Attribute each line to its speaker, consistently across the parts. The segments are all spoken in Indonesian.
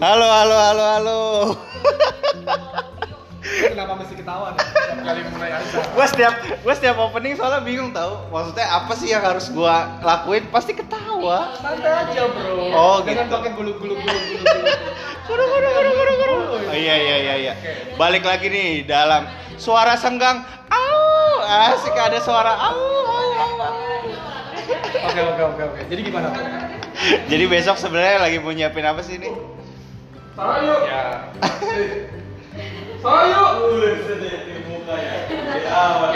Speaker 1: Halo, halo, halo, halo.
Speaker 2: Kenapa mesti ketawa nih? Setiap Kali mulai aja.
Speaker 1: gue setiap gue setiap opening soalnya bingung tau. Maksudnya apa sih yang harus gue lakuin? Pasti ketawa.
Speaker 2: Santai aja bro.
Speaker 1: Oh,
Speaker 2: Jangan
Speaker 1: gitu.
Speaker 2: pakai gulung gulung gulung gulung.
Speaker 1: Kuru, kuru, kuru, kuru, kuru. Oh, iya, iya, iya, iya. Balik lagi nih dalam suara senggang. Au, asik ada suara au. au, au, au.
Speaker 2: Oke oke oke oke. Jadi gimana? Bro?
Speaker 1: Jadi besok sebenarnya lagi mau nyiapin apa sih ini?
Speaker 2: Sayu. Ya. Sayu.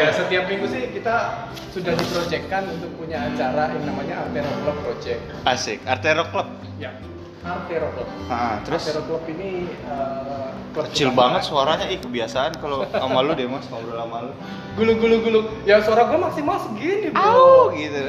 Speaker 2: Ya setiap minggu sih kita sudah diprojekkan untuk punya acara yang namanya Artero Club Project.
Speaker 1: Asik, Artero Club.
Speaker 2: Ya. Artero Club.
Speaker 1: Nah, terus
Speaker 2: Artero Club ini eh, klub
Speaker 1: kecil
Speaker 2: Sumatera.
Speaker 1: banget suaranya. Ih, kebiasaan kalau sama lu deh, Mas, ngobrol sama lu.
Speaker 2: Gulung gulung gulung. Ya suara gue maksimal segini bro.
Speaker 1: Au gitu.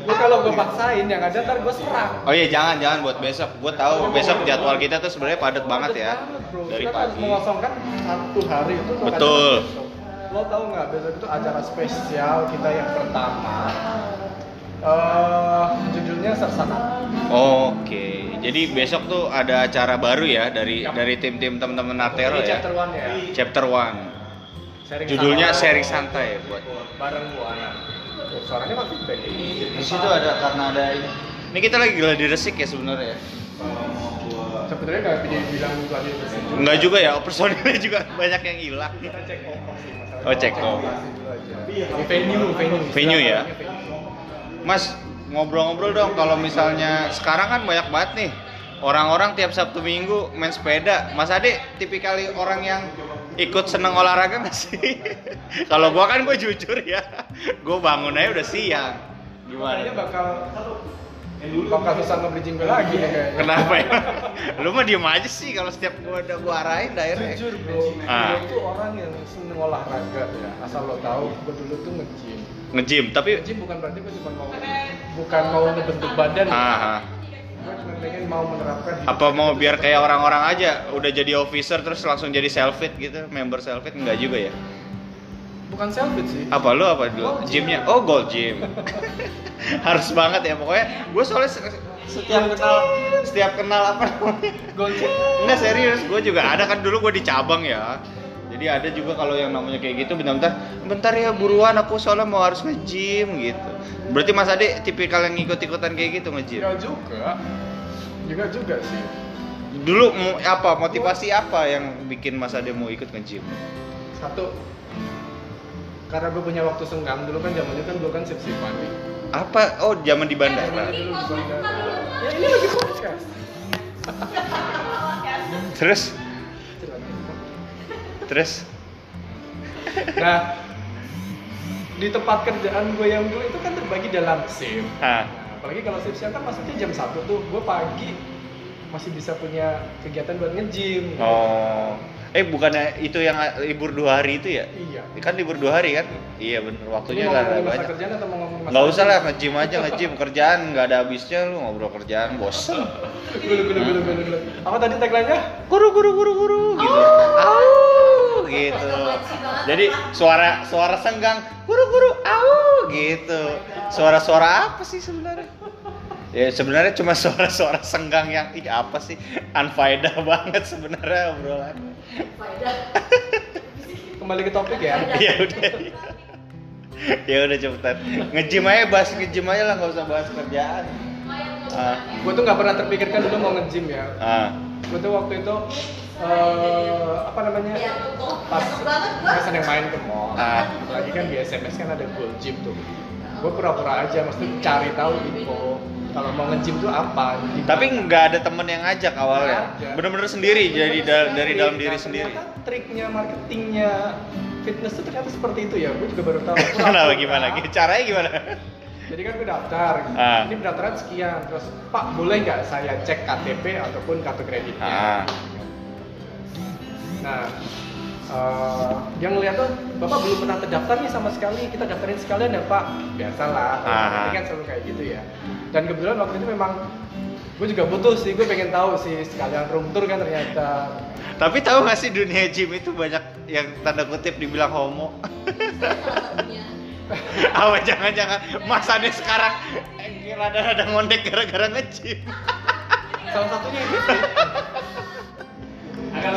Speaker 2: Gue kalau gue paksain yang ada ntar gue serak.
Speaker 1: Oh iya jangan jangan buat besok. Gue tahu besok jadwal kita tuh sebenarnya padat banget ya
Speaker 2: bro.
Speaker 1: dari
Speaker 2: Kita harus
Speaker 1: pagi.
Speaker 2: mengosongkan satu hari itu untuk
Speaker 1: Betul.
Speaker 2: acara besok. Lo tau nggak besok itu acara spesial kita yang pertama. Eh, judulnya Sersana.
Speaker 1: Oke. Jadi besok tuh ada acara baru ya dari
Speaker 2: Yap.
Speaker 1: dari tim-tim teman-teman Artero ya.
Speaker 2: Ini chapter one ya.
Speaker 1: Chapter 1.
Speaker 2: Sharing
Speaker 1: Judulnya
Speaker 2: santai.
Speaker 1: sharing santai buat.
Speaker 2: bareng Buana. Oh, suaranya makin baik.
Speaker 1: Di situ ada karena ada ini. Ini kita lagi gladi resik ya sebenarnya.
Speaker 2: Sebenarnya nggak bisa bilang gue lagi bersih.
Speaker 1: Enggak juga ya, personilnya juga banyak yang hilang.
Speaker 2: Kita cek kokok sih masalahnya.
Speaker 1: Oh, cek kokok.
Speaker 2: lokasi dulu aja. Di Venue, venue.
Speaker 1: Venue ya?
Speaker 2: Venue.
Speaker 1: Mas, ngobrol-ngobrol dong kalau misalnya sekarang kan banyak banget nih orang-orang tiap Sabtu Minggu main sepeda. Mas Ade tipikali orang yang ikut seneng olahraga nggak sih? kalau gua kan gue jujur ya, gue bangun aja udah siang.
Speaker 2: Kayaknya
Speaker 1: Gimana?
Speaker 2: bakal bakal susah ngebeli jingle lagi nih kayaknya.
Speaker 1: Kenapa ya? Lu mah diem aja sih kalau setiap gua udah gua arahin direct.
Speaker 2: Jujur bro,
Speaker 1: Ah.
Speaker 2: gue tuh orang yang seneng olahraga ya. Asal lo tahu, gue dulu tuh nge-gym.
Speaker 1: Nge-gym, tapi
Speaker 2: Nge-gym bukan berarti gue cuma mau bukan mau ngebentuk badan.
Speaker 1: ah, ah.
Speaker 2: Gue cuma pengen mau menerapkan. hidup.
Speaker 1: apa mau biar kayak orang-orang aja udah jadi officer terus langsung jadi selfie gitu, member selfie enggak juga ya?
Speaker 2: Bukan selfie sih.
Speaker 1: apa lu apa dulu
Speaker 2: Gold gym.
Speaker 1: gymnya oh gold gym harus banget ya pokoknya gue soalnya se- setiap kenal setiap kenal apa namanya
Speaker 2: Gonceng.
Speaker 1: enggak serius gue juga ada kan dulu gue di cabang ya jadi ada juga kalau yang namanya kayak gitu bentar-bentar bentar ya buruan aku soalnya mau harus nge-gym gitu berarti mas Ade tipikal yang ikut-ikutan kayak gitu nge-gym
Speaker 2: Enggak juga. Juga juga sih.
Speaker 1: dulu mo- apa motivasi apa yang bikin mas Ade mau ikut nge-gym
Speaker 2: Satu karena gue punya waktu senggang dulu kan zamannya kan gue kan sip sipan nih.
Speaker 1: apa oh zaman di bandara
Speaker 2: Zamannya dulu di bandara. Ya ini lagi podcast.
Speaker 1: terus terus
Speaker 2: Nah, di tempat kerjaan gue yang dulu itu kan terbagi dalam shift.
Speaker 1: ah
Speaker 2: Nah, apalagi kalau shift siang kan masuknya jam 1 tuh, gue pagi masih bisa punya kegiatan buat nge-gym.
Speaker 1: Oh. Eh bukannya itu yang libur dua hari itu ya?
Speaker 2: Iya.
Speaker 1: Kan libur dua hari kan? Iya bener waktunya
Speaker 2: Lu mau
Speaker 1: lah
Speaker 2: ngomongin masa
Speaker 1: banyak.
Speaker 2: kerjaan atau mau ngomongin masa
Speaker 1: Nggak usah lah nge-gym aja nge-gym kerjaan nggak ada habisnya lu ngobrol kerjaan bosen.
Speaker 2: Gulu, gulu, gulu, gulu, gulu. Apa tadi tagline-nya?
Speaker 1: Guru guru guru guru gitu. Au gitu. Jadi suara suara senggang guru guru au gitu. Suara-suara apa sih sebenarnya? Ya sebenarnya cuma suara-suara senggang yang ini apa sih? Unfaedah banget sebenarnya obrolan.
Speaker 2: Kembali ke topik ya.
Speaker 1: ya udah ya udah cepetan ngejim aja bahas ngejim aja lah nggak usah bahas kerjaan ah
Speaker 2: Gue tuh nggak pernah terpikirkan dulu mau nge-gym ya.
Speaker 1: ah
Speaker 2: Gue tuh waktu itu eh, apa namanya? Pas gue seneng main ke mall.
Speaker 1: Ah.
Speaker 2: Apalagi kan di SMS kan ada gold gym tuh. Gue pura-pura aja mesti cari tahu info kalau mau nge-gym tuh apa. Di-
Speaker 1: tapi nggak ada temen yang ngajak awalnya
Speaker 2: Nggak ada.
Speaker 1: bener-bener sendiri Iya. jadi da- dari dalam diri
Speaker 2: Nah,
Speaker 1: sendiri
Speaker 2: ternyata Triknya, marketingnya, fitness tuh ternyata seperti itu ya. Gue juga baru tahu. Gua
Speaker 1: kenapa
Speaker 2: daftar.
Speaker 1: gimana caranya gimana
Speaker 2: Jadi kan gue daftar.
Speaker 1: Ah.
Speaker 2: Ini pendaftaran sekian. Terus Pak boleh nggak saya cek KTP ataupun kartu kreditnya?
Speaker 1: ah
Speaker 2: Nah, eh, yang ngeliat tuh, Bapak belum pernah terdaftar nih sama sekali, kita daftarin sekalian ya Pak. Biasalah,
Speaker 1: Ah.
Speaker 2: ini kan selalu kayak gitu ya. Dan kebetulan waktu itu memang gue juga butuh sih, gue pengen tahu sih sekalian room tour kan ternyata.
Speaker 1: tapi tahu nggak sih dunia gym itu banyak yang tanda kutip dibilang homo apa jangan-jangan mas Ade sekarang eh, rada-rada ngondek gara-gara ngejim
Speaker 2: salah satunya itu
Speaker 3: Agak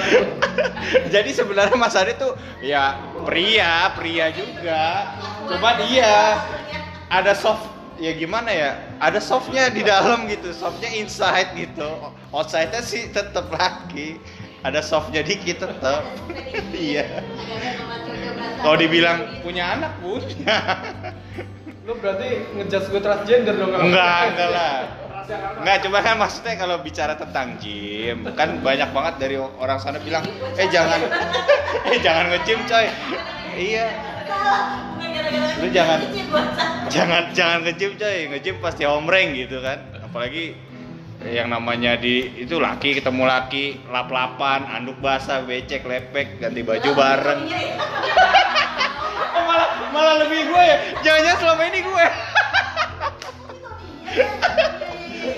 Speaker 1: Jadi sebenarnya Mas Ade tuh ya pria, pria juga. Cuma dia ada soft ya gimana ya ada softnya di dalam gitu softnya inside gitu outside nya sih tetap laki ada softnya dikit tetap iya kalau dibilang punya anak punya
Speaker 2: lu berarti ngejudge gue transgender dong kalau-
Speaker 1: enggak enggak lah enggak cuma kan maksudnya kalau bicara tentang gym kan banyak banget dari orang sana bilang eh jangan eh jangan nge-gym coy iya Lu jangan. jangan jangan nge-gym coy nge-gym pasti omreng gitu kan apalagi yang namanya di itu laki ketemu laki lap-lapan anduk basah becek lepek ganti baju bareng oh, malah malah lebih gue ya jangan-jangan selama ini gue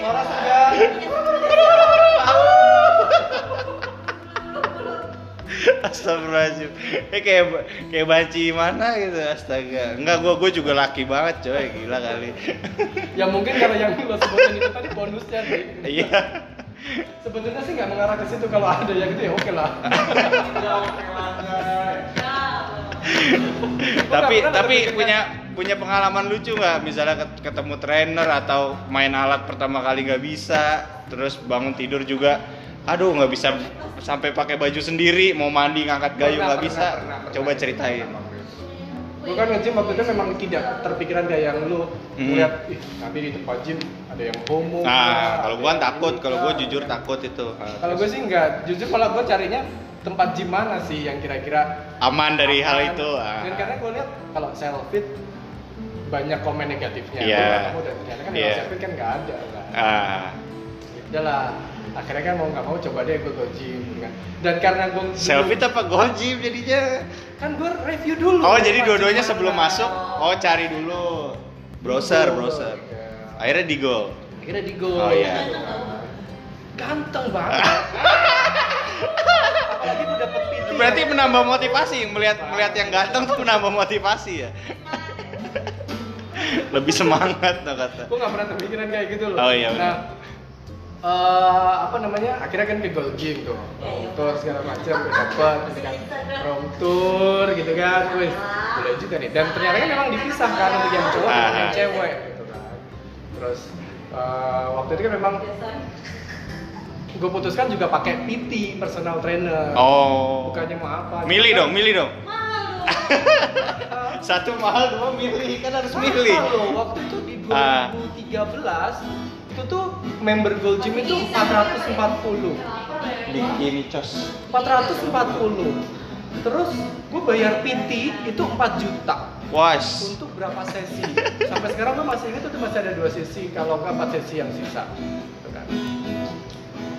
Speaker 2: orang segan
Speaker 1: Astagfirullahaladzim Eh kayak kayak banci mana gitu astaga Enggak gua gua juga laki banget coy gila kali
Speaker 2: ya mungkin karena yang lo sebutin itu tadi bonusnya sih
Speaker 1: Iya
Speaker 2: sebenarnya sih nggak mengarah ke situ kalau ada yang itu ya oke lah
Speaker 1: Tapi tapi punya punya pengalaman lucu nggak misalnya ket- ketemu trainer atau main alat pertama kali nggak bisa terus bangun tidur juga aduh nggak bisa sampai pakai baju sendiri mau mandi ngangkat gayung
Speaker 2: Pernah,
Speaker 1: nggak
Speaker 2: pernah,
Speaker 1: bisa
Speaker 2: pernah, pernah.
Speaker 1: coba ceritain
Speaker 2: gue kan nge-gym waktu itu memang tidak terpikiran kayak yang lu
Speaker 1: Hmm.
Speaker 2: lihat ih tapi di tempat gym ada yang homo
Speaker 1: nah kalau gua
Speaker 2: gua
Speaker 1: kan takut kalau gua jujur takut itu
Speaker 2: kalau gue sih enggak jujur kalau gue carinya tempat gym mana sih yang kira-kira
Speaker 1: aman dari hal
Speaker 2: aman. kan-
Speaker 1: itu ah.
Speaker 2: dan karena gue lihat kalau selfie banyak komen negatifnya
Speaker 1: Iya.
Speaker 2: Gua nggak mau dan karena kan
Speaker 1: Iya.
Speaker 2: kalau selfie kan nggak ada kan
Speaker 1: ah.
Speaker 2: udah lah akhirnya kan mau nggak mau coba deh gue ke gym kan dan karena gue
Speaker 1: Selfie apa gojim jadinya?
Speaker 2: kan gue review dulu
Speaker 1: Oh jadi
Speaker 2: tempat
Speaker 1: dua-duanya
Speaker 2: gym
Speaker 1: sebelum
Speaker 2: mana.
Speaker 1: masuk, oh cari dulu browser browser.
Speaker 2: Iya.
Speaker 1: Akhirnya di go.
Speaker 2: akhirnya di go
Speaker 1: Oh, iya.
Speaker 2: ganteng banget apalagi gue dapet PT
Speaker 1: Berarti menambah motivasi melihat melihat yang ganteng tuh menambah motivasi ya. Lebih semangat tuh kata.
Speaker 2: gue gak pernah kepikiran kayak gitu loh
Speaker 1: Oh, iya, benar.
Speaker 2: nah eh, apa namanya akhirnya kan ke Gold Gym tuh tour segala macam udah dapet gitu kan room tour gitu kan wih boleh juga nih dan ternyata kan memang dipisah kan untuk yang cowok dan
Speaker 1: Aha.
Speaker 2: yang cewek gitu kan terus eh, waktu itu kan memang gue putuskan juga pakai PT personal trainer
Speaker 1: Oh.
Speaker 2: bukannya mau apa
Speaker 1: Milih
Speaker 2: Cuma
Speaker 1: dong,
Speaker 2: kan,
Speaker 1: milih dong.
Speaker 2: eh,
Speaker 1: Satu mahal, dua milih kan harus
Speaker 2: Mahal
Speaker 1: milih.
Speaker 2: loh, waktu itu di
Speaker 1: Ah.
Speaker 2: 2013 itu tuh member Gold Gym itu 440
Speaker 1: Bikini cos.
Speaker 2: 440 terus gue bayar PT itu 4 juta
Speaker 1: Was.
Speaker 2: untuk berapa sesi sampai sekarang gue masih ingat itu masih ada dua sesi kalau nggak empat sesi yang sisa Gitu kan.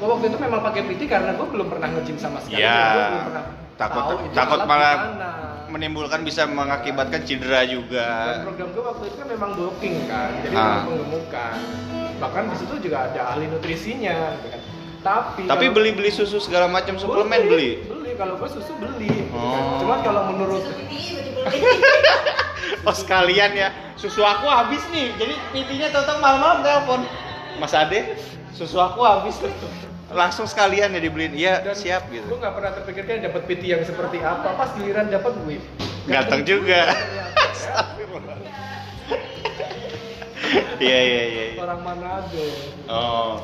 Speaker 2: gue waktu itu memang pakai PT karena gue belum pernah nge-gym sama sekali
Speaker 1: Ya,
Speaker 2: dan gua belum pernah
Speaker 1: takut-
Speaker 2: tahu itu
Speaker 1: takut
Speaker 2: alat
Speaker 1: malah
Speaker 2: gimana.
Speaker 1: Menimbulkan bisa mengakibatkan cedera juga.
Speaker 2: Dan program gue waktu itu kan memang bulking kan, jadi
Speaker 1: Ah.
Speaker 2: memang menggemukkan. Bahkan di situ juga ada ahli nutrisinya, gitu kan. Tapi
Speaker 1: Tapi
Speaker 2: kalau-
Speaker 1: beli-beli susu segala macam suplemen beli.
Speaker 2: Beli kalau gue susu beli. gitu kan.
Speaker 1: Oh.
Speaker 2: Cuman kalau menurut
Speaker 1: Oh sekalian ya, susu aku habis nih. Jadi pitinya tentang malam-malam telepon. Mas Ade, susu aku habis. Langsung sekalian ya dibeliin. Iya, siap
Speaker 2: Gue
Speaker 1: gitu.
Speaker 2: nggak pernah terpikirkan dapat PT yang seperti apa. Pas giliran dapat gue.
Speaker 1: Ganteng juga. Iya, iya, iya. iya.
Speaker 2: ya. Orang Manado.
Speaker 1: Oh.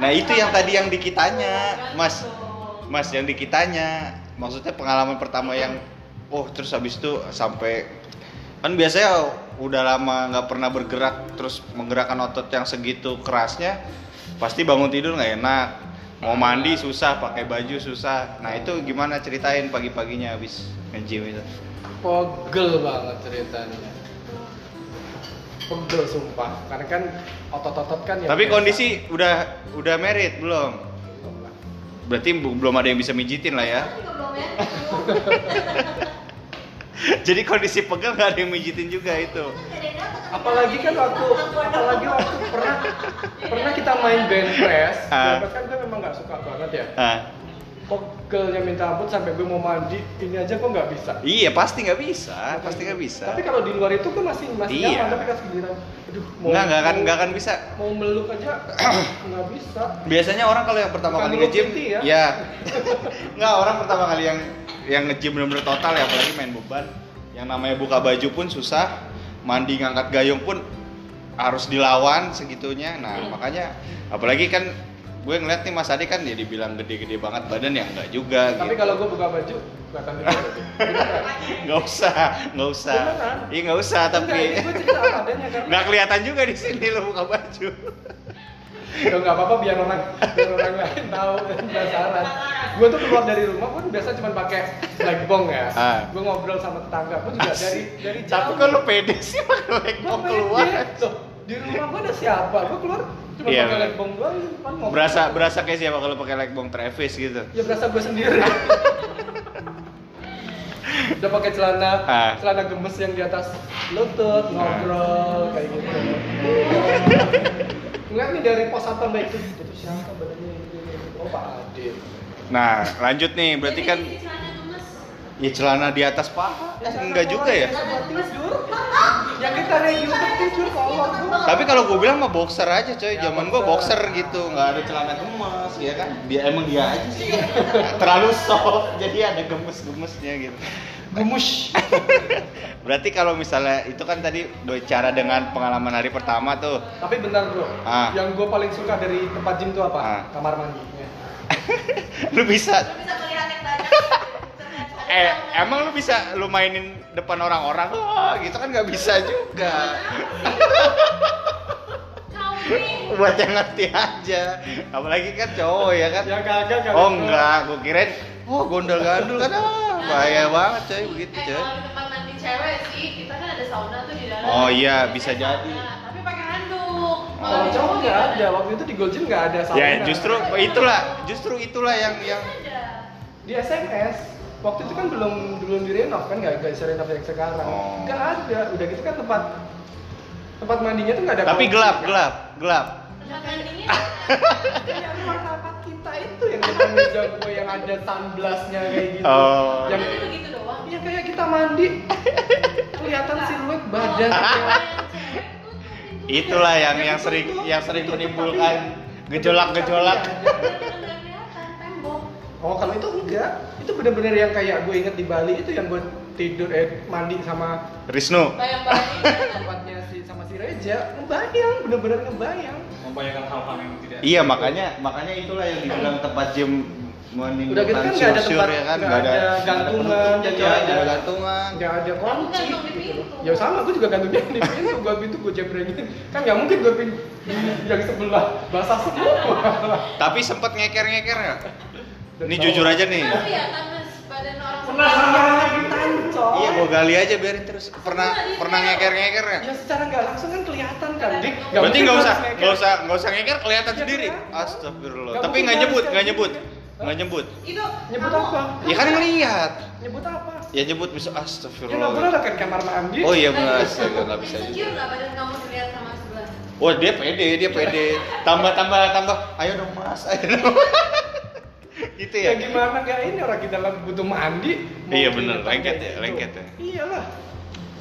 Speaker 1: Nah, itu yang tadi yang dikitanya, Mas. Mas yang dikitanya. Maksudnya pengalaman pertama yang oh, terus habis itu sampai kan biasanya udah lama nggak pernah bergerak terus menggerakkan otot yang segitu kerasnya pasti bangun tidur nggak enak mau mandi susah pakai baju susah nah itu gimana ceritain pagi-paginya habis nge-gym itu
Speaker 2: Pegel banget ceritanya. Pegel sumpah. Karena kan otot-otot kan yang
Speaker 1: Iya, tapi
Speaker 2: biasa.
Speaker 1: kondisi udah udah merit belum berarti bu- belum ada yang bisa mijitin lah ya Jadi kondisi pegel gak ada yang mijitin juga itu.
Speaker 2: apalagi kan waktu apalagi waktu pernah pernah kita main band press
Speaker 1: Ah.
Speaker 2: band press kan gue memang nggak suka banget ya
Speaker 1: Ah,
Speaker 2: pegelnya minta ampun sampai gue mau mandi ini aja gue nggak bisa
Speaker 1: Iya pasti nggak bisa, Ah, pasti nggak bisa.
Speaker 2: tapi kalau di luar itu gue masih masih
Speaker 1: Iya.
Speaker 2: nyaman tapi kan giliran aduh
Speaker 1: Nggak nggak akan nggak akan bisa.
Speaker 2: mau meluk aja nggak bisa
Speaker 1: Biasanya orang kalau yang pertama
Speaker 2: Bukan
Speaker 1: kali
Speaker 2: dulu
Speaker 1: nge-gym,
Speaker 2: PT
Speaker 1: ya,
Speaker 2: ya.
Speaker 1: nggak orang pertama kali yang yang nge-gym benar-benar total ya, apalagi main beban, yang namanya buka baju pun susah, mandi ngangkat gayung pun harus dilawan segitunya. Nah
Speaker 2: Hmm.
Speaker 1: makanya, apalagi kan gue ngeliat nih Mas Adi kan dia dibilang gede-gede banget badan ya enggak juga
Speaker 2: tapi
Speaker 1: gitu.
Speaker 2: kalau gue buka baju kelihatan juga gitu. Beneran.
Speaker 1: Nggak usah, nggak usah.
Speaker 2: Beneran?
Speaker 1: Iya nggak usah, tapi
Speaker 2: Enggak, ini gue cerita apa adanya kan
Speaker 1: nggak kelihatan juga di sini lo buka baju.
Speaker 2: Ya nggak apa-apa biar orang biar orang lain tahu dan penasaran. Gue tuh keluar dari rumah gue biasa cuma pakai legbong ya.
Speaker 1: Ah.
Speaker 2: Gue ngobrol sama tetangga gue juga dari dari jauh. iya.
Speaker 1: Tapi kan kalau pede sih pakai legbong Oh,
Speaker 2: Gua
Speaker 1: keluar.
Speaker 2: pede. Loh, di rumah gue ada siapa? Gue keluar cuma
Speaker 1: Iya,
Speaker 2: pakai
Speaker 1: bener.
Speaker 2: legbong doang. cuman ngobrol.
Speaker 1: berasa berasa kayak siapa kalau pakai legbong Travis gitu
Speaker 2: kan Ya berasa gue sendiri. Udah pakai celana
Speaker 1: Ah.
Speaker 2: celana gemes yang di atas lutut ngobrol kayak gitu. Enggak nih dari pos satpam baik itu itu siapa badannya ini, ini, ini. Oh Pak Ade.
Speaker 1: nah lanjut nih berarti kan ya celana di atas paha Eh, enggak juga ya
Speaker 2: Buat tidur. Ya kita review untuk tidur kalau gua.
Speaker 1: tapi kalau gue bilang mah boxer aja coy
Speaker 2: Ya,
Speaker 1: zaman gue
Speaker 2: boxer.
Speaker 1: boxer gitu nggak ada celana gemes ya kan dia emang dia aja sih terlalu soft jadi ada gemes-gemesnya gitu
Speaker 2: Gemus.
Speaker 1: berarti kalau misalnya itu kan tadi bicara dengan pengalaman hari pertama tuh
Speaker 2: Tapi bentar bro,
Speaker 1: Ah.
Speaker 2: yang gue paling suka dari tempat gym itu apa?
Speaker 1: Ah.
Speaker 2: Kamar Ya. mandinya.
Speaker 1: lu bisa
Speaker 3: bisa melihat yang banyak.
Speaker 1: eh emang lu bisa lu mainin depan orang-orang Wah, gitu kan nggak bisa juga
Speaker 3: Kau ini
Speaker 1: buat yang ngerti aja apalagi kan cowok ya kan
Speaker 2: Ya kagak kagak.
Speaker 1: oh enggak gue kirain oh gondol gandul kan ah, bahaya banget coy begitu
Speaker 3: Eh,
Speaker 1: coy
Speaker 3: kalau di tempat mandi cewek sih, kita kan ada sauna tuh di dalam.
Speaker 1: Oh iya,
Speaker 3: Biasanya
Speaker 1: bisa
Speaker 3: sauna,
Speaker 1: jadi.
Speaker 3: Tapi pakai handuk.
Speaker 2: Kalau
Speaker 3: di
Speaker 2: Oh, cowok nggak
Speaker 3: gimana?
Speaker 2: ada, waktu itu di Gold Gym nggak ada sauna.
Speaker 1: ya justru itulah justru itulah yang yang
Speaker 3: kan Ada.
Speaker 2: Di SMS, waktu itu kan belum belum direnov kan nggak nggak bisa renov yang sekarang.
Speaker 1: Oh.
Speaker 2: Nggak ada, udah gitu kan tempat tempat mandinya tuh nggak ada.
Speaker 1: tapi
Speaker 2: kunci,
Speaker 1: gelap
Speaker 2: kan?
Speaker 1: gelap gelap
Speaker 3: Tempat mandinya.
Speaker 1: Ah.
Speaker 3: kan
Speaker 2: Kayak Iya, warna kita itu yang depan meja gue yang ada sunblastnya kayak gitu.
Speaker 1: Oh.
Speaker 3: Yang
Speaker 2: Yang
Speaker 3: itu begitu doang.
Speaker 2: Ya kayak kita mandi kelihatan siluet badan
Speaker 3: Kalau Oh, yang cewek tuh pintu
Speaker 1: itulah yang
Speaker 2: Yang
Speaker 1: yang
Speaker 2: itu
Speaker 1: sering
Speaker 2: tuh,
Speaker 1: yang sering
Speaker 2: itu tuh,
Speaker 1: menimbulkan
Speaker 2: tapi-
Speaker 1: gejolak gejolak
Speaker 2: tapi
Speaker 3: ada. Bener-bener nggak kelihatan, tembok.
Speaker 2: Oh kalau itu enggak, itu bener-bener yang kayak gue inget di Bali itu yang gue tidur eh mandi sama
Speaker 1: Risnu
Speaker 3: Bayang-bayangin.
Speaker 2: tempatnya si sama si Reja ngebayang, bener-bener ngebayang.
Speaker 4: membayangkan hal-hal yang tidak
Speaker 1: iya makanya makanya itulah yang dibilang tempat gym
Speaker 2: Udah
Speaker 1: menimbulkan
Speaker 2: gitu kan nggak ada
Speaker 1: syur-syur
Speaker 2: tempat-
Speaker 1: ya kan
Speaker 2: nggak
Speaker 1: nggak ada
Speaker 2: ada gantungan, gitu,
Speaker 1: penutupnya,
Speaker 2: nggak
Speaker 1: nggak ada
Speaker 2: ada-
Speaker 1: gantungan
Speaker 2: Nggak ada kunci.
Speaker 3: gantung di pintu.
Speaker 2: Ya sama, gue juga gantungnya di pintu, gue pintu gue jebrengin. Kan nggak mungkin gue pintu yang sebelah basah semua.
Speaker 1: tapi sempet ngeker ngeker nggak
Speaker 2: Dan
Speaker 1: ini
Speaker 2: tahu.
Speaker 1: jujur aja nih
Speaker 3: Kan kelihatan mas badan orang.
Speaker 2: Penasaran lagi tancok.
Speaker 1: Iya, gue gali aja biarin terus. Pernah pernah ngeker-ngeker ya?
Speaker 2: Ya secara nggak langsung kan kelihatan kan, Dik.
Speaker 3: Berarti
Speaker 1: Berarti
Speaker 2: mungkin
Speaker 1: nggak usah,
Speaker 2: harus ngeker.
Speaker 1: nggak usah, nggak usah ngeker kelihatan
Speaker 2: Iya,
Speaker 1: sendiri.
Speaker 2: kelihatan.
Speaker 1: Astagfirullah.
Speaker 2: Nggak
Speaker 1: Tapi
Speaker 2: mungkin
Speaker 1: nggak
Speaker 2: harus
Speaker 1: nyebut, nggak
Speaker 2: kayak
Speaker 1: nyebut,
Speaker 2: gitu.
Speaker 1: nggak nyebut.
Speaker 3: Itu
Speaker 2: Nyebut
Speaker 3: kamu-
Speaker 2: apa?
Speaker 1: Ya kan ngelihat.
Speaker 2: Nyebut apa?
Speaker 1: Ya nyebut bisa
Speaker 2: Ya nggak boleh
Speaker 1: astagfirullah.
Speaker 2: lah kan kamar mandi.
Speaker 1: Oh iya benar,
Speaker 3: Mas,
Speaker 1: astaga nggak bisa
Speaker 3: Insecure
Speaker 1: juga.
Speaker 3: nggak badan kamu dilihat sama sebelah?
Speaker 1: Oh dia pede, dia pede. Tambah tambah tambah. Ayo dong mas, ayo dong. gitu
Speaker 2: Ya
Speaker 1: ya.
Speaker 2: gimana gak ini orang kita lagi butuh mandi. mau
Speaker 1: Iya, bener.
Speaker 2: keringetan
Speaker 1: Lengket
Speaker 2: kayak
Speaker 1: ya,
Speaker 2: gitu.
Speaker 1: lengket ya.
Speaker 2: Iyalah.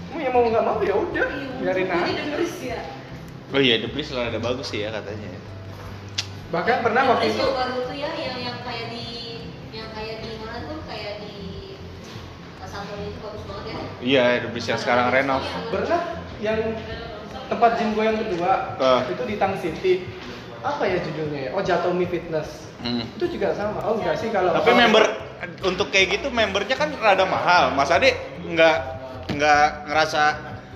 Speaker 2: Mau ya mau nggak mau ya udah biarin
Speaker 3: Iya, Jadi
Speaker 2: aja.
Speaker 3: debris ya.
Speaker 1: Oh iya, Debris celana bagus sih ya katanya.
Speaker 2: Bahkan pernah waktu
Speaker 1: Iya.
Speaker 3: Debris
Speaker 2: itu
Speaker 3: tuh baru tuh ya yang yang kayak di yang kayak di mana tuh kayak di eh, Santo itu bagus banget ya.
Speaker 1: Iya, Debris yang sekarang renov.
Speaker 2: pernah yang tempat gym gue yang kedua
Speaker 1: Ah.
Speaker 2: itu di Tang City. Apa ya judulnya ya? Oh Jatomi Fitness.
Speaker 1: Hmm.
Speaker 2: Itu juga sama. Oh enggak sih kalau
Speaker 1: Tapi
Speaker 2: kalau-
Speaker 1: member untuk kayak gitu membernya kan rada mahal. Mas Ade nggak nggak ngerasa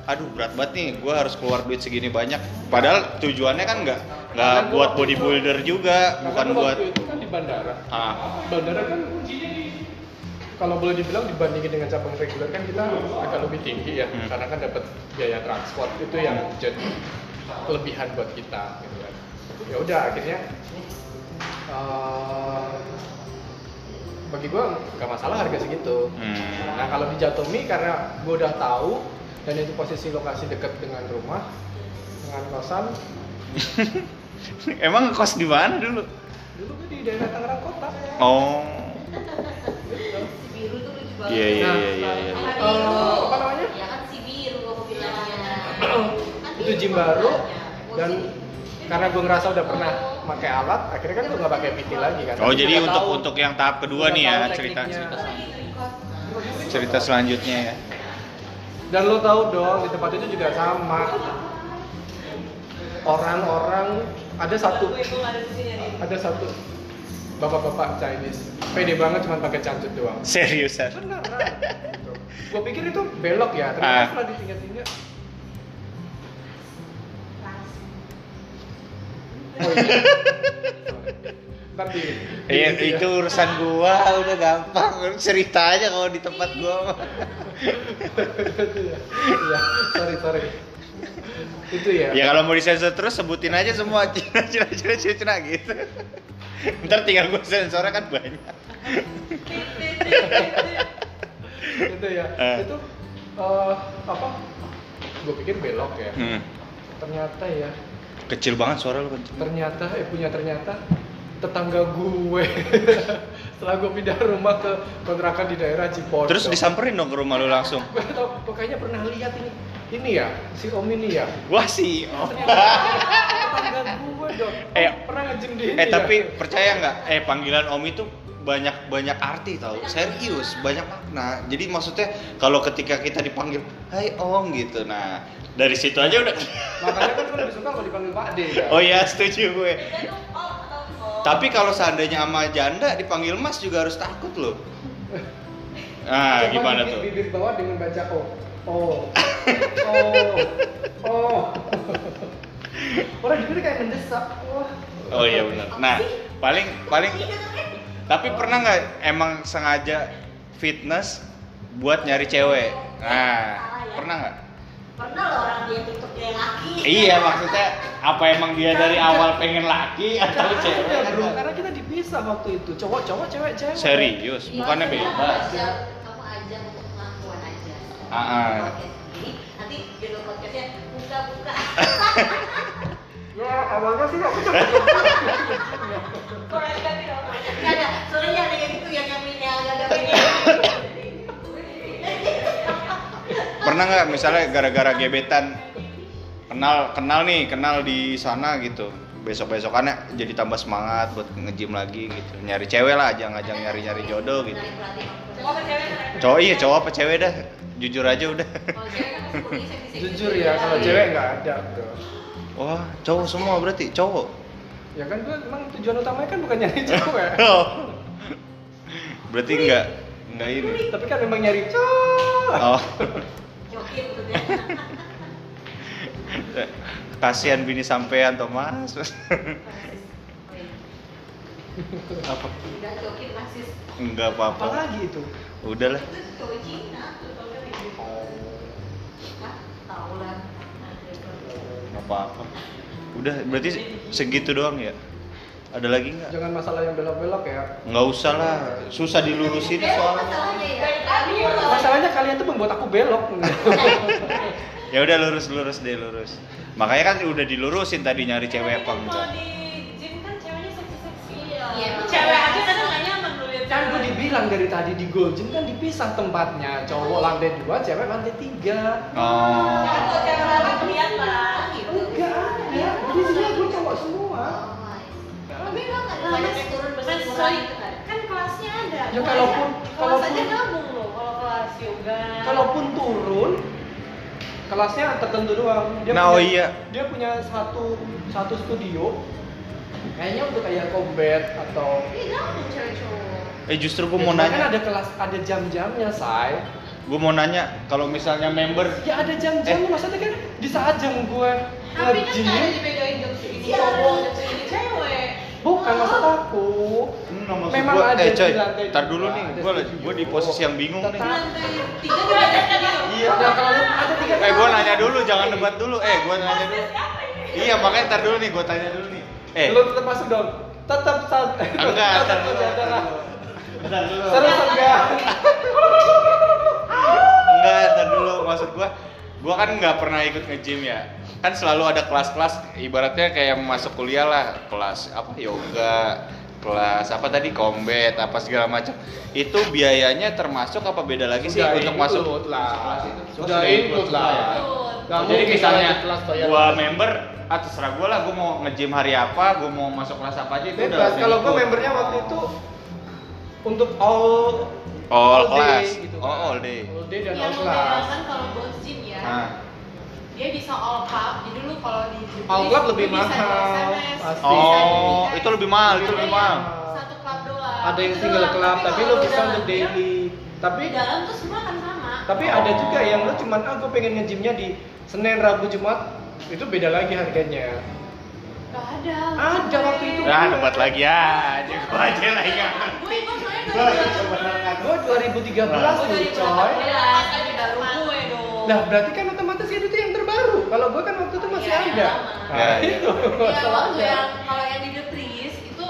Speaker 1: aduh berat banget nih gue harus keluar duit segini banyak padahal tujuannya kan nggak nggak
Speaker 2: Karena
Speaker 1: buat
Speaker 2: waktu itu-
Speaker 1: bodybuilder juga
Speaker 2: Karena
Speaker 1: bukan
Speaker 2: waktu
Speaker 1: buat
Speaker 2: itu kan di bandara.
Speaker 1: ah
Speaker 2: Bandara kan kalau boleh dibilang dibandingin dengan cabang reguler kan kita agak lebih tinggi ya
Speaker 1: Hmm.
Speaker 2: karena kan dapat biaya transport itu yang jadi kelebihan buat kita gitu kan. Ya udah akhirnya eh, bagi gua nggak masalah harga segitu.
Speaker 1: hmm.
Speaker 2: Nah kalau di Jatomi karena gue udah tahu dan itu posisi lokasi dekat dengan rumah dengan kosan
Speaker 1: emang kos di mana dulu
Speaker 2: dulu gue di daerah Tangerang Kota.
Speaker 1: oh
Speaker 2: Gitu.
Speaker 3: si biru tuh lucu banget Nah,
Speaker 1: Iya, iya, iya, iya, iya.
Speaker 3: Hari
Speaker 2: Eh,
Speaker 3: itu,
Speaker 2: apa namanya?
Speaker 3: ya kan si biru aku bilangnya Kan
Speaker 2: itu
Speaker 3: biru
Speaker 2: gym baru
Speaker 3: warnanya.
Speaker 2: dan karena gue ngerasa udah pernah pakai alat akhirnya kan gue nggak pakai PT lagi kan
Speaker 1: Oh jadi
Speaker 2: Nggak
Speaker 1: untuk
Speaker 2: tahu.
Speaker 1: untuk yang tahap kedua
Speaker 2: Nggak
Speaker 1: nih ya
Speaker 2: tahu
Speaker 1: cerita cerita
Speaker 2: tekniknya.
Speaker 1: cerita selanjutnya ya.
Speaker 2: dan lo tahu dong di tempat itu juga sama orang-orang ada satu ada satu bapak-bapak Chinese pede banget cuma pakai cancut doang
Speaker 1: Seriusan.
Speaker 2: beneran gitu. gue pikir itu belok ya ternyata
Speaker 1: Ah.
Speaker 2: setelah ditinggal-tinggal oh iya Ntar di- di-
Speaker 1: Iya
Speaker 2: di-
Speaker 1: itu urusan gua udah gampang cerita aja kalau di tempat gua. mah.
Speaker 2: iya sorry sorry itu ya
Speaker 1: Ya kalau mau disensor terus sebutin aja semua Cina Cina Cina Cina, Cina gitu. Ntar tinggal gua sensornya kan banyak.
Speaker 2: itu ya
Speaker 1: Eh.
Speaker 2: itu eh, apa gue pikir belok ya
Speaker 1: Hmm.
Speaker 2: ternyata ya
Speaker 1: Kecil banget suara lu kenceng.
Speaker 2: ternyata eh punya ternyata tetangga gue setelah gue pindah rumah ke kontrakan di daerah Cipondo
Speaker 1: Terus disamperin dong ke rumah lu langsung.
Speaker 2: gue tau gue kayaknya pernah lihat ini ini ya si om ini ya
Speaker 1: Wah sih. oh.
Speaker 2: tetangga gue dong Om,
Speaker 1: Eh,
Speaker 2: pernah ngejem di ini
Speaker 1: Eh
Speaker 2: ya?
Speaker 1: tapi percaya nggak? Eh panggilan Om itu banyak banyak arti tau serius banyak makna jadi maksudnya kalau ketika kita dipanggil Hai Om gitu nah dari situ aja udah
Speaker 2: makanya kan gue lebih suka kalau dipanggil Pak D ya
Speaker 1: oh iya setuju gue
Speaker 3: Itu tuh om atau om.
Speaker 1: tapi kalau seandainya sama janda dipanggil Mas juga harus takut loh nah
Speaker 2: Coba
Speaker 1: Ah, gimana
Speaker 2: bibir-
Speaker 1: tuh
Speaker 2: bibir bawah dengan baca O oh oh oh orang bibir kayak mendesak wah
Speaker 1: oh iya benar nah paling paling tapi pernah nggak emang sengaja fitness buat nyari cewek nah pernah nggak
Speaker 3: pernah loh orang dia tutup dia laki
Speaker 1: Iya maksudnya apa emang dia dari awal pengen laki atau cewek?
Speaker 2: Iya, bro, karena kita dipisah waktu itu cowok cowok cewek cewek
Speaker 1: Serius, bukannya
Speaker 3: Iya,
Speaker 1: bebas.
Speaker 3: kamu ajak- kamu ajak untuk pengakuan aja
Speaker 1: Ah, ah.
Speaker 3: Podcast ini, nanti judul podcastnya buka-buka
Speaker 2: ya awalnya sih aku
Speaker 3: Nggak ada, soalnya ada yang itu yang nyamin yang agak-agak
Speaker 1: Pernah nggak misalnya gara-gara gebetan kenal kenal nih kenal di sana gitu besok besokannya jadi tambah semangat buat ngejim lagi gitu nyari cewek lah ajang ajang nyari nyari jodoh gitu
Speaker 3: Menarik perhatian.
Speaker 1: cowok iya cowok apa cewek dah jujur aja udah
Speaker 3: Kalau cewek kan masih kuning, seksi-seksi
Speaker 2: jujur ya
Speaker 3: gitu
Speaker 1: Iya.
Speaker 2: kalau
Speaker 3: kan.
Speaker 2: cewek nggak ada bro
Speaker 1: wah cowok semua berarti cowok
Speaker 2: ya kan gue emang tujuan utamanya kan bukan nyari cewek
Speaker 1: berarti nggak nggak ini
Speaker 2: tapi kan memang nyari cowok
Speaker 1: oh
Speaker 3: Joki maksudnya.
Speaker 1: kasihan bini sampean Thomas apa
Speaker 3: Udah joki rasis.
Speaker 1: Enggak apa-apa.
Speaker 2: apalagi itu
Speaker 1: Udahlah.
Speaker 3: Itu cowok Cina. Hah? Tahu lah.
Speaker 1: Enggak apa-apa. Udah berarti segitu doang ya? Ada lagi nggak?
Speaker 2: jangan masalah yang belok-belok ya
Speaker 1: Nggak usah lah. Susah dilurusin
Speaker 3: Eh,
Speaker 1: soalnya.
Speaker 3: masalahnya ya. Kamu
Speaker 2: Iya.
Speaker 3: loh.
Speaker 2: masalahnya kalian tuh membuat aku belok
Speaker 1: Ya udah lurus lurus deh lurus. Makanya kan udah dilurusin tadi nyari cewek apa gitu. enggak.
Speaker 4: Kalau di gym kan ceweknya seksi-seksi. ya.
Speaker 3: Iya.
Speaker 4: Cewek aja kadang nggak nyaman lu lihat
Speaker 2: kan gue dibilang dari tadi di Golden kan dipisah tempatnya cowok lantai 2 cewek lantai 3
Speaker 1: Oh.
Speaker 4: Jangan kalau cewek lewat kelihatan. Iya.
Speaker 2: enggak ada di sini gue cowok semua
Speaker 4: Tapi lo nggak
Speaker 3: Banyak
Speaker 4: nyaman
Speaker 3: yang turun besar
Speaker 4: Masalah-
Speaker 3: gitu kan?
Speaker 4: kan kelasnya ada.
Speaker 2: Ya, kalaupun-
Speaker 4: kelas
Speaker 2: kalaupun-
Speaker 4: aja gabung lo kalau kelas yoga.
Speaker 2: kalaupun turun kelasnya tertentu doang
Speaker 1: Nah, oh iya.
Speaker 2: dia punya satu satu studio kayaknya untuk kayak combat atau
Speaker 3: Ini gabung cewek
Speaker 4: Nah,
Speaker 3: cowok.
Speaker 1: Eh justru gue
Speaker 2: Ya,
Speaker 1: mau
Speaker 2: cuma kan
Speaker 1: nanya.
Speaker 2: ada kelas ada jam-jamnya say
Speaker 1: Gue mau nanya kalau misalnya member
Speaker 2: ya ada
Speaker 1: Eh.
Speaker 2: jam-jamnya maksudnya kan di saat jam gue
Speaker 4: tapi kan nggak ada
Speaker 2: nge-gym
Speaker 4: dibedain jam segini
Speaker 3: Iya.
Speaker 4: cowok, jam segini cewek.
Speaker 2: bukan maksud
Speaker 4: Oh.
Speaker 2: aku
Speaker 1: Hmm, nggak maksud
Speaker 2: Memang
Speaker 1: gua-
Speaker 2: ada
Speaker 1: eh coy,
Speaker 2: di lantai
Speaker 1: tar dulu
Speaker 2: dua,
Speaker 1: nih,
Speaker 2: ada
Speaker 1: gue
Speaker 2: studio.
Speaker 1: gue di posisi yang bingung nih.
Speaker 2: Tetap.
Speaker 4: Lantai tiga juga ada gitu.
Speaker 1: Iya.
Speaker 2: Nah, kalau ada tiga
Speaker 1: Eh gue nanya dulu, jangan debat dulu. Eh gue nanya dulu.
Speaker 4: Siapa ini?
Speaker 1: Iya makanya tar dulu nih, gue tanya dulu nih. Eh, Ah,
Speaker 2: Lu tetap masuk dong. Tetap sat.
Speaker 1: enggak, tar
Speaker 2: tetap
Speaker 1: dulu.
Speaker 2: saja
Speaker 1: tar
Speaker 2: lah.
Speaker 1: dulu. Tar dulu.
Speaker 2: Terus enggak.
Speaker 1: Enggak, ntar dulu. Maksud gua, gua kan nggak pernah ikut nge-gym ya. Kan selalu ada kelas-kelas, ibaratnya kayak masuk kuliah lah, kelas apa yoga, kelas apa tadi combat apa segala macam itu biayanya termasuk apa beda lagi sih
Speaker 2: Sudah
Speaker 1: untuk
Speaker 2: include
Speaker 1: masuk
Speaker 2: lah.
Speaker 1: kelas itu? Oh,
Speaker 2: Sudah include lah. Nggak
Speaker 1: ya. Jadi
Speaker 2: mungkin
Speaker 1: misalnya
Speaker 2: kalau di kelas bayar
Speaker 1: gua
Speaker 2: langsung.
Speaker 1: member ah terserah gua lah gua mau nge-gym hari apa gua mau masuk kelas apa aja itu udah
Speaker 2: bebas.
Speaker 1: udah
Speaker 2: Kalau gua
Speaker 1: ikut.
Speaker 2: membernya waktu itu untuk all
Speaker 1: all,
Speaker 2: day,
Speaker 1: class
Speaker 2: gitu
Speaker 1: oh
Speaker 2: kan.
Speaker 1: all day
Speaker 2: All day dan
Speaker 4: Yang
Speaker 2: all class.
Speaker 4: membedakan kalau Gold's Gym ya,
Speaker 1: Nah.
Speaker 4: dia bisa all club. Jadi lu kalau di
Speaker 2: All club
Speaker 4: lu
Speaker 2: lebih
Speaker 4: bisa di
Speaker 2: mahal,
Speaker 4: SMS,
Speaker 2: pasti.
Speaker 4: bisa di
Speaker 1: oh
Speaker 4: text.
Speaker 1: itu lebih mahal itu
Speaker 4: Ada
Speaker 1: lebih
Speaker 4: yang
Speaker 1: mahal
Speaker 4: Satu club doang.
Speaker 2: Ada yang
Speaker 4: Itu
Speaker 2: single
Speaker 4: doang.
Speaker 2: club, tapi lo
Speaker 4: kalau
Speaker 2: bisa
Speaker 4: dalam
Speaker 2: untuk
Speaker 4: gym,
Speaker 2: daily.
Speaker 4: Di
Speaker 2: Tapi
Speaker 4: dalam tuh semua kan sama.
Speaker 2: tapi ada juga yang lo cuman ah gua pengen ngejimnya di Senin, Rabu, Jumat itu beda lagi harganya.
Speaker 4: Gak ada.
Speaker 2: Ada waktu itu.
Speaker 1: nah tempat lagi ya aja gua aja lah ya
Speaker 4: Gue ikut soalnya
Speaker 1: Gua
Speaker 4: dari
Speaker 1: ikut
Speaker 4: bulan
Speaker 1: beneran.
Speaker 2: Gua 2013
Speaker 4: Gue
Speaker 2: nih
Speaker 4: dari
Speaker 2: coy.
Speaker 4: kan di baru gue dong.
Speaker 2: Nah berarti kan otomatis itu tuh yang terbaru. Kalau gua kan waktu itu masih
Speaker 4: Iya,
Speaker 2: ada.
Speaker 4: yang lama.
Speaker 2: Nah,
Speaker 1: Iya, Nah,
Speaker 2: itu.
Speaker 4: Ya, waktu
Speaker 2: masalahnya.
Speaker 4: yang kalau yang di The Trees itu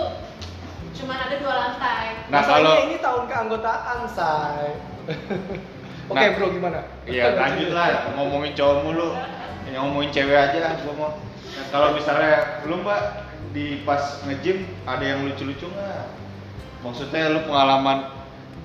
Speaker 4: cuman ada dua lantai.
Speaker 1: nah
Speaker 2: Masalahnya
Speaker 1: kalau
Speaker 2: ini tahun keanggotaan, say. Oke
Speaker 1: Nah.
Speaker 2: bro gimana?
Speaker 1: Iya lanjut lah ngomongin cowok mulu Ya, ngomongin cewek aja lah gua mau Nah, kalau misalnya lu mbak di pas nge-gym ada yang lucu-lucu nggak maksudnya lu pengalaman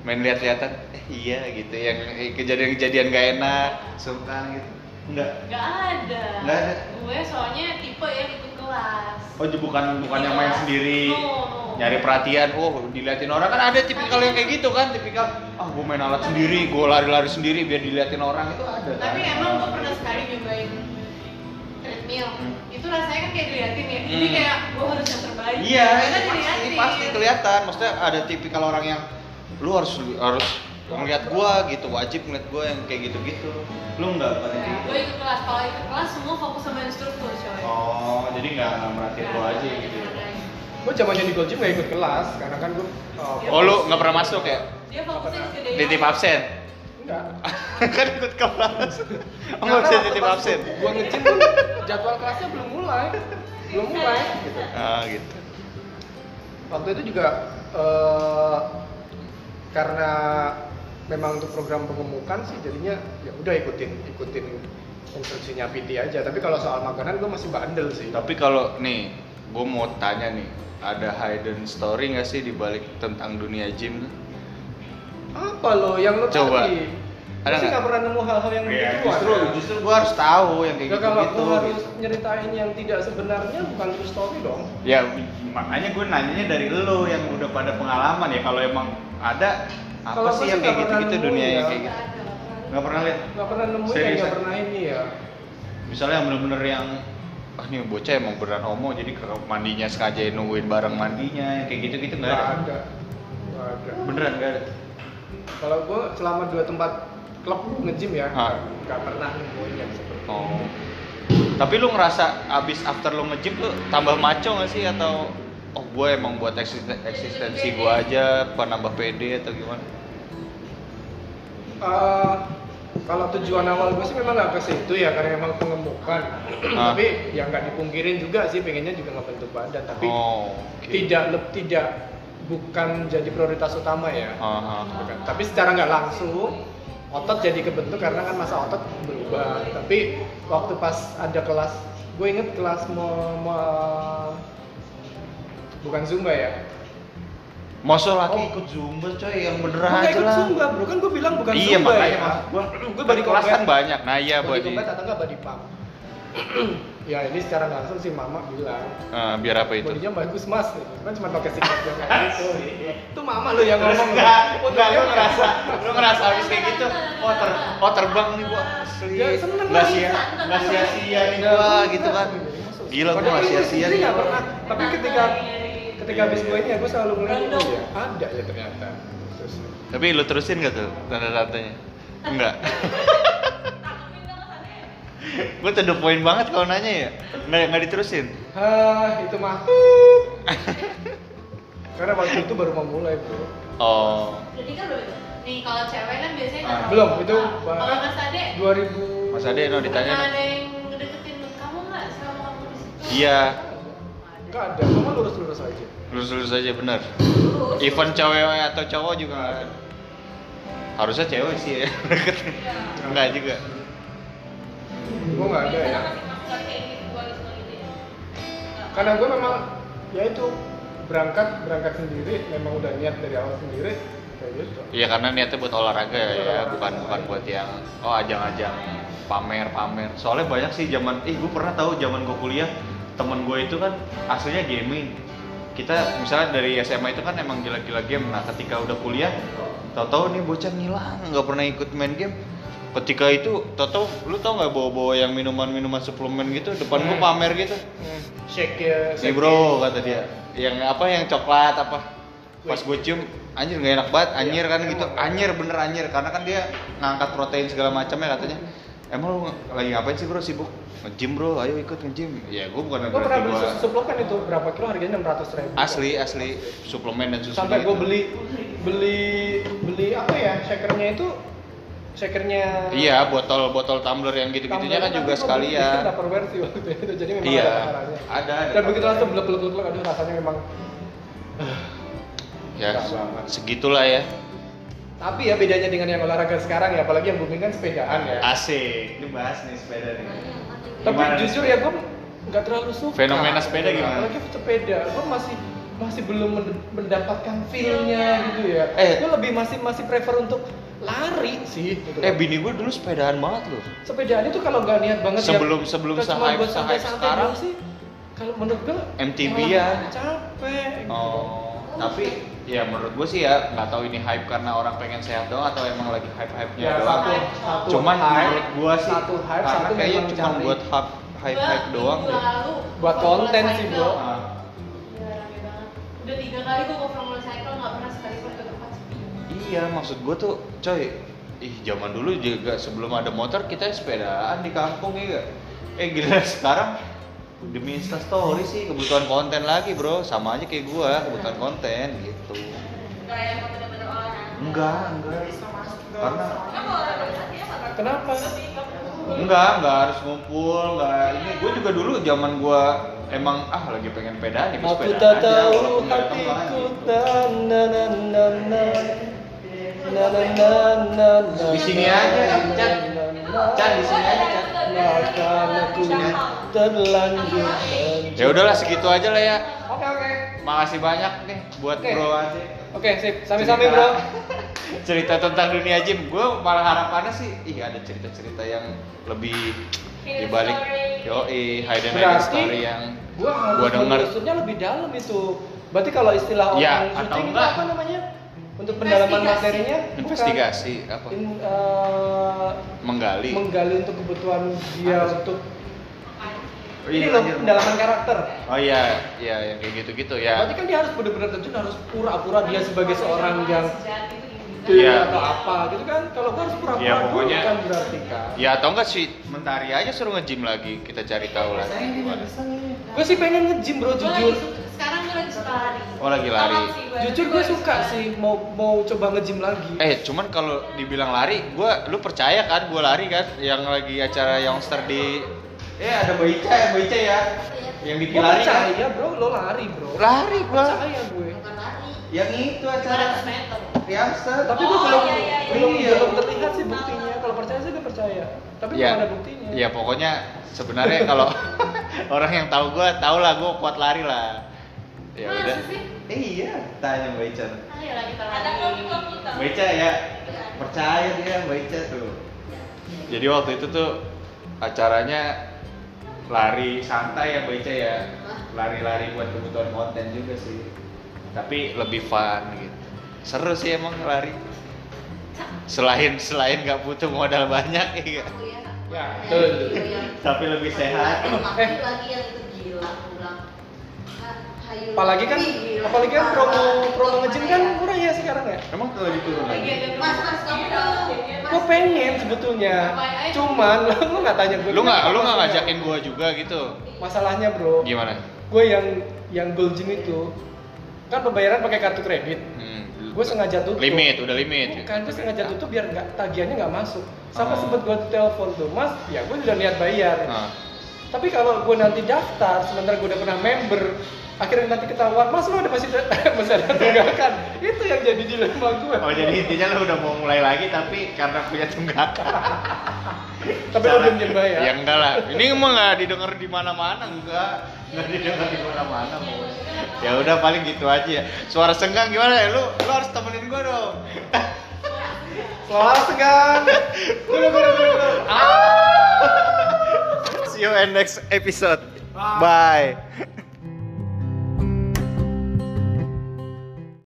Speaker 1: main lihat-lihatan eh, iya gitu yang eh, kejadian-kejadian gak enak sungkan gitu enggak
Speaker 4: Gak ada.
Speaker 1: Nggak ada.
Speaker 4: Gue soalnya tipe yang ikut kelas.
Speaker 1: oh ju- bukan bukan yang main sendiri
Speaker 3: Oh,
Speaker 4: No, no.
Speaker 1: nyari perhatian oh diliatin orang kan ada tipikal yang kayak gitu kan tipikal ah gua main alat sendiri gua lari-lari sendiri biar diliatin orang itu ada kan?
Speaker 4: Tapi emang gue pernah sekali nyobain treadmill.
Speaker 1: Hmm.
Speaker 4: Itu rasanya kan kayak diliatin ya. Jadi
Speaker 1: Hmm.
Speaker 4: kayak gue harus yang terbaik.
Speaker 1: Iya,
Speaker 4: Karena
Speaker 1: itu pasti,
Speaker 4: diliatin.
Speaker 1: pasti kelihatan. Maksudnya ada tipikal orang yang lu harus harus ngeliat gua gitu, wajib ngeliat gua yang kayak gitu-gitu. Lu nggak gitu?
Speaker 4: Nah, gue ikut kelas. Kalau ikut kelas semua fokus sama instruktur coy. Nah,
Speaker 1: Oh, jadi nggak merhatiin lu aja gitu.
Speaker 2: Gue zamannya di Gojim gak ikut kelas karena kan gue oh,
Speaker 1: Oh, lu nggak pernah masuk ya?
Speaker 4: Dia fokusnya di gedean.
Speaker 1: Titip absen.
Speaker 2: enggak.
Speaker 1: kan ikut kelas. Oh,
Speaker 2: Karena
Speaker 1: nggak bisa
Speaker 2: waktu
Speaker 1: titip
Speaker 2: pas
Speaker 1: absen.
Speaker 2: Gua ngejim pun jadwal kelasnya belum mulai. Belum mulai gitu.
Speaker 1: Ah, gitu.
Speaker 2: Waktu itu juga eh, karena memang untuk program pengemukan sih jadinya ya udah ikutin ikutin instruksinya PT aja. Tapi kalau soal makanan gue masih bandel sih.
Speaker 1: Tapi kalau nih, gua mau tanya nih, ada hidden story nggak sih di balik tentang dunia gym?
Speaker 2: Apa lo yang lo
Speaker 1: Coba.
Speaker 2: cari?
Speaker 1: Ada
Speaker 2: Ada sih
Speaker 1: nggak?
Speaker 2: nggak pernah nemu hal-hal yang gitu, begituan.
Speaker 1: Iya, justru gitu. gua harus tahu yang
Speaker 2: Gak kalau aku harus nyeritain yang tidak sebenarnya bukan true story dong.
Speaker 1: Ya makanya gue nanyanya dari lo yang udah pada pengalaman ya kalau emang ada apa
Speaker 2: Kalau
Speaker 1: sih
Speaker 2: gue
Speaker 1: yang kayak
Speaker 2: sih nggak
Speaker 1: gitu-gitu
Speaker 2: pernah
Speaker 1: dunia
Speaker 2: nemu
Speaker 1: yang
Speaker 2: ya.
Speaker 1: kayak
Speaker 4: Gak
Speaker 1: gitu
Speaker 4: ada, gak pernah.
Speaker 1: nggak pernah lihat
Speaker 2: Gak pernah nemuin
Speaker 1: Serius,
Speaker 2: yang gak
Speaker 1: ya?
Speaker 2: pernah ini ya.
Speaker 1: misalnya yang bener-bener yang ah ini bocah emang beneran homo jadi ke mandinya sengaja nungguin barang mandinya yang kayak gitu-gitu nggak
Speaker 2: Gak
Speaker 1: ada
Speaker 2: ada. Gak ada.
Speaker 1: beneran nggak ada
Speaker 2: Kalau gue selama dua tempat klub nge-gym ya,
Speaker 1: Ah.
Speaker 2: gak pernah nemuin yang seperti itu.
Speaker 1: oh tapi lu ngerasa abis after lu nge-gym lu tambah maco nggak sih atau oh gue emang buat eksisten- eksistensi gue aja apa nambah pede atau gimana
Speaker 2: Eh, kalau tujuan awal gue sih memang gak ke situ ya karena emang pengemukan.
Speaker 1: Ah.
Speaker 2: Tapi ya gak dipungkirin juga sih, pengennya juga nggak bentuk badan. Tapi
Speaker 1: oh oke.
Speaker 2: tidak leb- tidak bukan jadi prioritas utama ya.
Speaker 1: Ah, ah.
Speaker 2: Gitu kan. Tapi secara nggak langsung otot jadi kebentuk karena kan masa otot berubah. Tapi waktu pas ada kelas, gue inget kelas mau, mau- bukan zumba ya.
Speaker 1: Masa laki
Speaker 2: Oh.
Speaker 1: ikut zumba coy yang beneran
Speaker 2: Bukan
Speaker 1: aja
Speaker 2: ikut
Speaker 1: lah.
Speaker 2: zumba, bro kan gue bilang bukan
Speaker 1: iya
Speaker 2: zumba
Speaker 1: makanya
Speaker 2: ya.
Speaker 1: maksud gua.
Speaker 2: gue body
Speaker 1: kelas kan
Speaker 2: combat.
Speaker 1: banyak. Nah iya
Speaker 2: body
Speaker 1: body.
Speaker 2: combat atau nggak body pump. ya ini secara nggak langsung sih mama bilang
Speaker 1: Ah, biar apa itu?
Speaker 2: bodinya bagus mas gitu. kan cuma pakai sikat doang kayak gitu itu mama lo yang
Speaker 1: Terus
Speaker 2: ngomong
Speaker 1: Iya. enggak, enggak
Speaker 2: Oh,
Speaker 1: lu
Speaker 2: ternyata-
Speaker 1: ngerasa, lu ngerasa habis kayak gitu, oh, ter, oh terbang nih gua asli.
Speaker 2: Ya, seneng
Speaker 1: Nggak
Speaker 2: lah.
Speaker 1: sia, nggak sia-sia nih
Speaker 2: Iya,
Speaker 1: gua
Speaker 2: bener.
Speaker 1: gitu kan. Gila gua
Speaker 2: Padahal
Speaker 1: nggak
Speaker 2: ini
Speaker 1: sia-sia gitu,
Speaker 2: sendiri
Speaker 1: nih.
Speaker 2: nggak pernah. Tapi ketika ketika
Speaker 1: Iya,
Speaker 2: habis
Speaker 1: iya.
Speaker 2: gue ini, aku selalu ngeliat
Speaker 4: Random.
Speaker 2: ya ada ya ternyata. Terus,
Speaker 1: Tapi lu terusin gak tuh tanda-tandanya? Enggak.
Speaker 4: Takutnya nggak kesannya.
Speaker 1: gua tuh the point banget kalau nanya ya. Nggak, nggak diterusin.
Speaker 2: Hah, itu mah. Karena waktu itu baru mau mulai bro.
Speaker 1: Oh.
Speaker 4: Jadi kan belum. Nih kalau cewek kan biasanya nggak
Speaker 1: Ah,
Speaker 4: terlalu
Speaker 2: Belum,
Speaker 4: suka.
Speaker 2: itu
Speaker 4: Kalau Mas Ade
Speaker 2: 2000.
Speaker 1: Mas Ade, no, ditanya.
Speaker 4: pernah ada yang ngedeketin kamu nggak selama kamu di situ?
Speaker 1: Iya.
Speaker 2: Nggak ada, mama lurus-lurus aja.
Speaker 1: Lurus-lurus aja bener.
Speaker 4: Terus.
Speaker 1: Even cewek atau cowok juga nggak ada. Harusnya cewek sih ya.
Speaker 4: Iya.
Speaker 1: Enggak juga.
Speaker 2: Gue nggak ada ya.
Speaker 4: Masih masuk kayak gitu, gua gitu, gitu ya.
Speaker 2: Karena gue memang ya itu berangkat berangkat sendiri memang udah niat dari awal sendiri kayak gitu
Speaker 1: Iya karena niatnya buat olahraga ya, bukan bukan buat yang oh ajang-ajang pamer-pamer. Soalnya banyak sih zaman, eh gue pernah tahu zaman gue kuliah temen gue itu kan aslinya gaming. Kita misalnya dari SMA itu kan emang gila-gila game. Nah ketika udah kuliah,
Speaker 2: Hmm,
Speaker 1: tau-tau nih bocah ngilang, nggak pernah ikut main game. Ketika itu, tau-tau lu tau nggak bawa-bawa yang minuman-minuman suplemen gitu depan gue
Speaker 2: Hmm.
Speaker 1: pamer gitu.
Speaker 2: hmm. shake ya
Speaker 1: Nih
Speaker 2: shake
Speaker 1: bro
Speaker 2: ya.
Speaker 1: kata dia, yang apa yang coklat apa pas gue cium anjir nggak enak banget anjir kan gitu anjir bener anjir karena kan dia ngangkat protein segala macamnya katanya emang lu nge- lagi ngapain sih bro sibuk nge-gym bro ayo ikut nge-gym ya gue bukan
Speaker 2: gue
Speaker 1: berarti
Speaker 2: pernah beli
Speaker 1: gue
Speaker 2: susu suplemen itu berapa kilo harganya enam ratus ribu
Speaker 1: asli asli suplemen dan susu gitu.
Speaker 2: sampai gue beli beli beli apa ya shakernya itu shakernya
Speaker 1: iya botol botol tumbler yang gitu gitunya kan juga
Speaker 2: sekalian
Speaker 1: sekalian
Speaker 2: Tupperware sih waktu itu jadi memang
Speaker 1: iya
Speaker 2: ada rasanya
Speaker 1: ada ada
Speaker 2: dan begitu langsung blek blek blek blek, aduh rasanya memang
Speaker 1: ya
Speaker 2: Enak banget.
Speaker 1: segitulah ya
Speaker 2: tapi ya bedanya dengan yang olahraga sekarang ya apalagi yang booming kan sepedaan ya
Speaker 1: asik ini bahas nih sepeda nih
Speaker 2: tapi
Speaker 1: Gimana nih
Speaker 2: jujur ya gue nggak terlalu suka
Speaker 1: Fenomena sepeda gimana?
Speaker 2: apalagi sepeda gue masih masih belum mend- mendapatkan feelnya gitu ya
Speaker 1: Eh.
Speaker 2: gue lebih masih masih prefer untuk lari sih gitu.
Speaker 1: eh bini gue dulu sepedaan banget loh
Speaker 2: sepedaan itu kalau nggak niat banget ya,
Speaker 1: Sebelum- sebelum
Speaker 2: nggak cuma
Speaker 1: sehype-
Speaker 2: buat santai
Speaker 1: sehype
Speaker 2: santai
Speaker 1: sekarang.
Speaker 2: doang sih kalau menurut gue
Speaker 1: MTV
Speaker 2: malah
Speaker 1: ya.
Speaker 2: capek gitu.
Speaker 1: Oh, tapi ya menurut gue sih ya nggak tahu ini hype karena orang pengen sehat doang atau emang lagi hype-hype-nya
Speaker 2: ya
Speaker 1: doang.
Speaker 2: satu satu
Speaker 1: Cuman
Speaker 2: hype,
Speaker 1: menurut gue sih
Speaker 2: satu hype
Speaker 1: karena
Speaker 2: satu
Speaker 1: kayaknya
Speaker 2: memang
Speaker 1: cuma
Speaker 2: cari.
Speaker 1: buat hype hype hype
Speaker 4: Gua
Speaker 1: doang
Speaker 4: minggu
Speaker 1: deh.
Speaker 4: lalu
Speaker 2: Buat
Speaker 4: ke Formula
Speaker 2: konten sih,
Speaker 4: Cycle.
Speaker 1: Ah,
Speaker 2: Bro.
Speaker 4: Udah rame banget. Udah tiga kali gua ke Formula Cycle nggak pernah sekalipun ke tempat sepi.
Speaker 1: iya, maksud gue tuh, coy, ih zaman dulu juga sebelum ada motor kita sepedaan di kampung ya. nggak? Eh gila sekarang demi instastory sih kebutuhan konten lagi bro sama aja kayak gua kebutuhan konten gitu
Speaker 3: Kayak yang bener-bener olahraga.
Speaker 1: enggak enggak karena
Speaker 3: Kamu olahraga ya, Pak?
Speaker 2: kenapa
Speaker 1: Enggak, enggak harus ngumpul, enggak. Ini gue juga dulu zaman gue emang ah lagi pengen pedaan ya, gua
Speaker 2: Aku
Speaker 1: sepedaan
Speaker 2: tak
Speaker 1: aja,
Speaker 2: tahu
Speaker 1: walaupun nggak ada
Speaker 2: hatiku
Speaker 1: teman.
Speaker 2: na na na na na na na na na na
Speaker 1: Di sini aja, Chan. Chan, di sini aja, Chan.
Speaker 2: Makan aku terlanjur
Speaker 1: Ya udahlah segitu aja lah ya.
Speaker 2: Oke oke
Speaker 1: Makasih banyak nih buat
Speaker 2: Oke.
Speaker 1: Bro Aziz.
Speaker 2: Oke sip, sami-sami bro
Speaker 1: Cerita tentang dunia gym, gue malah harapannya sih, ih ada cerita-cerita yang lebih
Speaker 3: Hidden
Speaker 1: dibalik
Speaker 3: story.
Speaker 1: yoi hidden
Speaker 2: Berarti-
Speaker 1: story yang
Speaker 2: Gua
Speaker 1: Gua
Speaker 2: harus
Speaker 1: denger.
Speaker 2: menelusurnya lebih dalam itu Berarti kalau istilah orang
Speaker 1: Ya,
Speaker 2: syuting
Speaker 1: atau
Speaker 2: itu
Speaker 1: enggak.
Speaker 2: apa namanya? Untuk pendalaman
Speaker 4: Investigasi.
Speaker 2: materinya bukan.
Speaker 1: investigasi apa
Speaker 2: In- eh,
Speaker 1: menggali.
Speaker 2: menggali untuk kebutuhan dia
Speaker 1: Apa sih?
Speaker 2: untuk
Speaker 1: Oh,
Speaker 2: ini
Speaker 1: iya,
Speaker 2: loh
Speaker 1: anjir.
Speaker 2: pendalaman karakter.
Speaker 1: Oh iya, iya yang kayak gitu-gitu ya.
Speaker 2: Berarti kan dia harus benar-benar terjun harus pura-pura dia sebagai seorang yang
Speaker 4: Sejati itu gini.
Speaker 1: Iya.
Speaker 2: Iya atau apa gitu kan? Kalau gua harus pura-pura
Speaker 1: Iya,
Speaker 2: dulu
Speaker 1: pokoknya-
Speaker 2: kan berarti kan.
Speaker 1: Ya atau enggak sih mentari aja suruh nge-gym lagi kita cari tahu lagi. gimana.
Speaker 2: Gue sih pengen nge-gym bro
Speaker 4: Gua lagi
Speaker 2: jujur.
Speaker 4: suka- sekarang gua lagi suka lari.
Speaker 1: Oh, lagi lari.
Speaker 4: Tolong sih gua.
Speaker 2: Jujur gue suka sih mau mau coba nge-gym lagi.
Speaker 1: Eh cuman kalau dibilang lari, gua lu percaya kan gua lari kan yang lagi acara Youngster di Eh ada Mbak Ica ya, Mbak Ica ya. Yang bikin
Speaker 2: Gue
Speaker 1: lari kan.
Speaker 2: percaya bro, lo lari bro.
Speaker 1: Lari gua.
Speaker 2: Percaya gue.
Speaker 3: Bukan lari.
Speaker 1: Yang itu
Speaker 3: 200 meter.
Speaker 1: Youngster.
Speaker 2: Tapi gue
Speaker 3: Oh,
Speaker 2: belum
Speaker 3: iya, iya, iya.
Speaker 2: belum
Speaker 1: Iya.
Speaker 2: belum terlihat sih buktinya. Kalau percaya sih gue percaya. Tapi belum ada buktinya.
Speaker 1: Ya pokoknya sebenarnya kalau orang yang tahu gua, tau lah gua kuat lari lah. Ya
Speaker 4: Masa
Speaker 1: udah.
Speaker 4: sih? Ah, ya
Speaker 1: Eh, iya, tanya Mbak Ica.
Speaker 4: Ayolah kita lari.
Speaker 3: Ada kalau di komputer.
Speaker 1: Mbak Ica ya, percaya dia Mbak Ica tuh. Jadi waktu itu tuh acaranya lari santai ya Mbak Ica ya. Lari-lari buat kebutuhan konten juga sih. Tapi lebih fun gitu. Seru sih emang lari. Selain selain nggak butuh modal banyak iya.
Speaker 3: Aku ya.
Speaker 2: Ya,
Speaker 3: Kayak
Speaker 2: betul.
Speaker 3: gitu ya.
Speaker 1: Tapi lebih
Speaker 3: Ada
Speaker 1: sehat.
Speaker 3: laki lagi yang itu gila aku bilang. Ah, hayu.
Speaker 2: Apalagi kan,
Speaker 3: Ih, gila.
Speaker 2: apalagi kan promo
Speaker 3: Parah.
Speaker 2: promo nge-gym kan
Speaker 3: Parah.
Speaker 2: murah ya sekarang ya.
Speaker 1: Emang kalau diturun
Speaker 4: Lagi ada
Speaker 1: lagi.
Speaker 3: Mas, mas, kamu tahu. Mas,
Speaker 2: Gue pengen sebetulnya, cuman lu nggak tanya gue.
Speaker 1: Lu nggak lu nggak ngajakin gua juga gitu.
Speaker 2: Masalahnya bro,
Speaker 1: Gimana?
Speaker 2: gue yang yang gold gym itu kan pembayaran pakai kartu kredit.
Speaker 1: Hmm.
Speaker 2: Gue sengaja tutup.
Speaker 1: Limit, udah limit.
Speaker 2: Bukan, gue sengaja tutup
Speaker 1: Ah.
Speaker 2: biar nggak tagihannya nggak masuk. Sama sempet gue telepon tuh, mas, ya gue sudah niat bayar.
Speaker 1: Nah.
Speaker 2: Tapi kalau gue nanti daftar, sementara gue udah pernah member, akhirnya nanti ketahuan, mas lo ada masih ada, masih ada tunggakan. Itu yang jadi dilema gue.
Speaker 1: Oh jadi intinya lo udah mau mulai lagi tapi karena punya tunggakan.
Speaker 2: Tapi lo belum nyembah ya.
Speaker 1: Ya enggak lah. Ini emang nggak didengar di mana-mana enggak. Nggak didengar di mana-mana. Bos. Ya udah paling gitu aja ya. Suara senggang gimana ya? Lu lu harus temenin gua dong.
Speaker 2: Selamat segan.
Speaker 1: Ah. See you in next episode.
Speaker 2: Bye.
Speaker 1: Bye.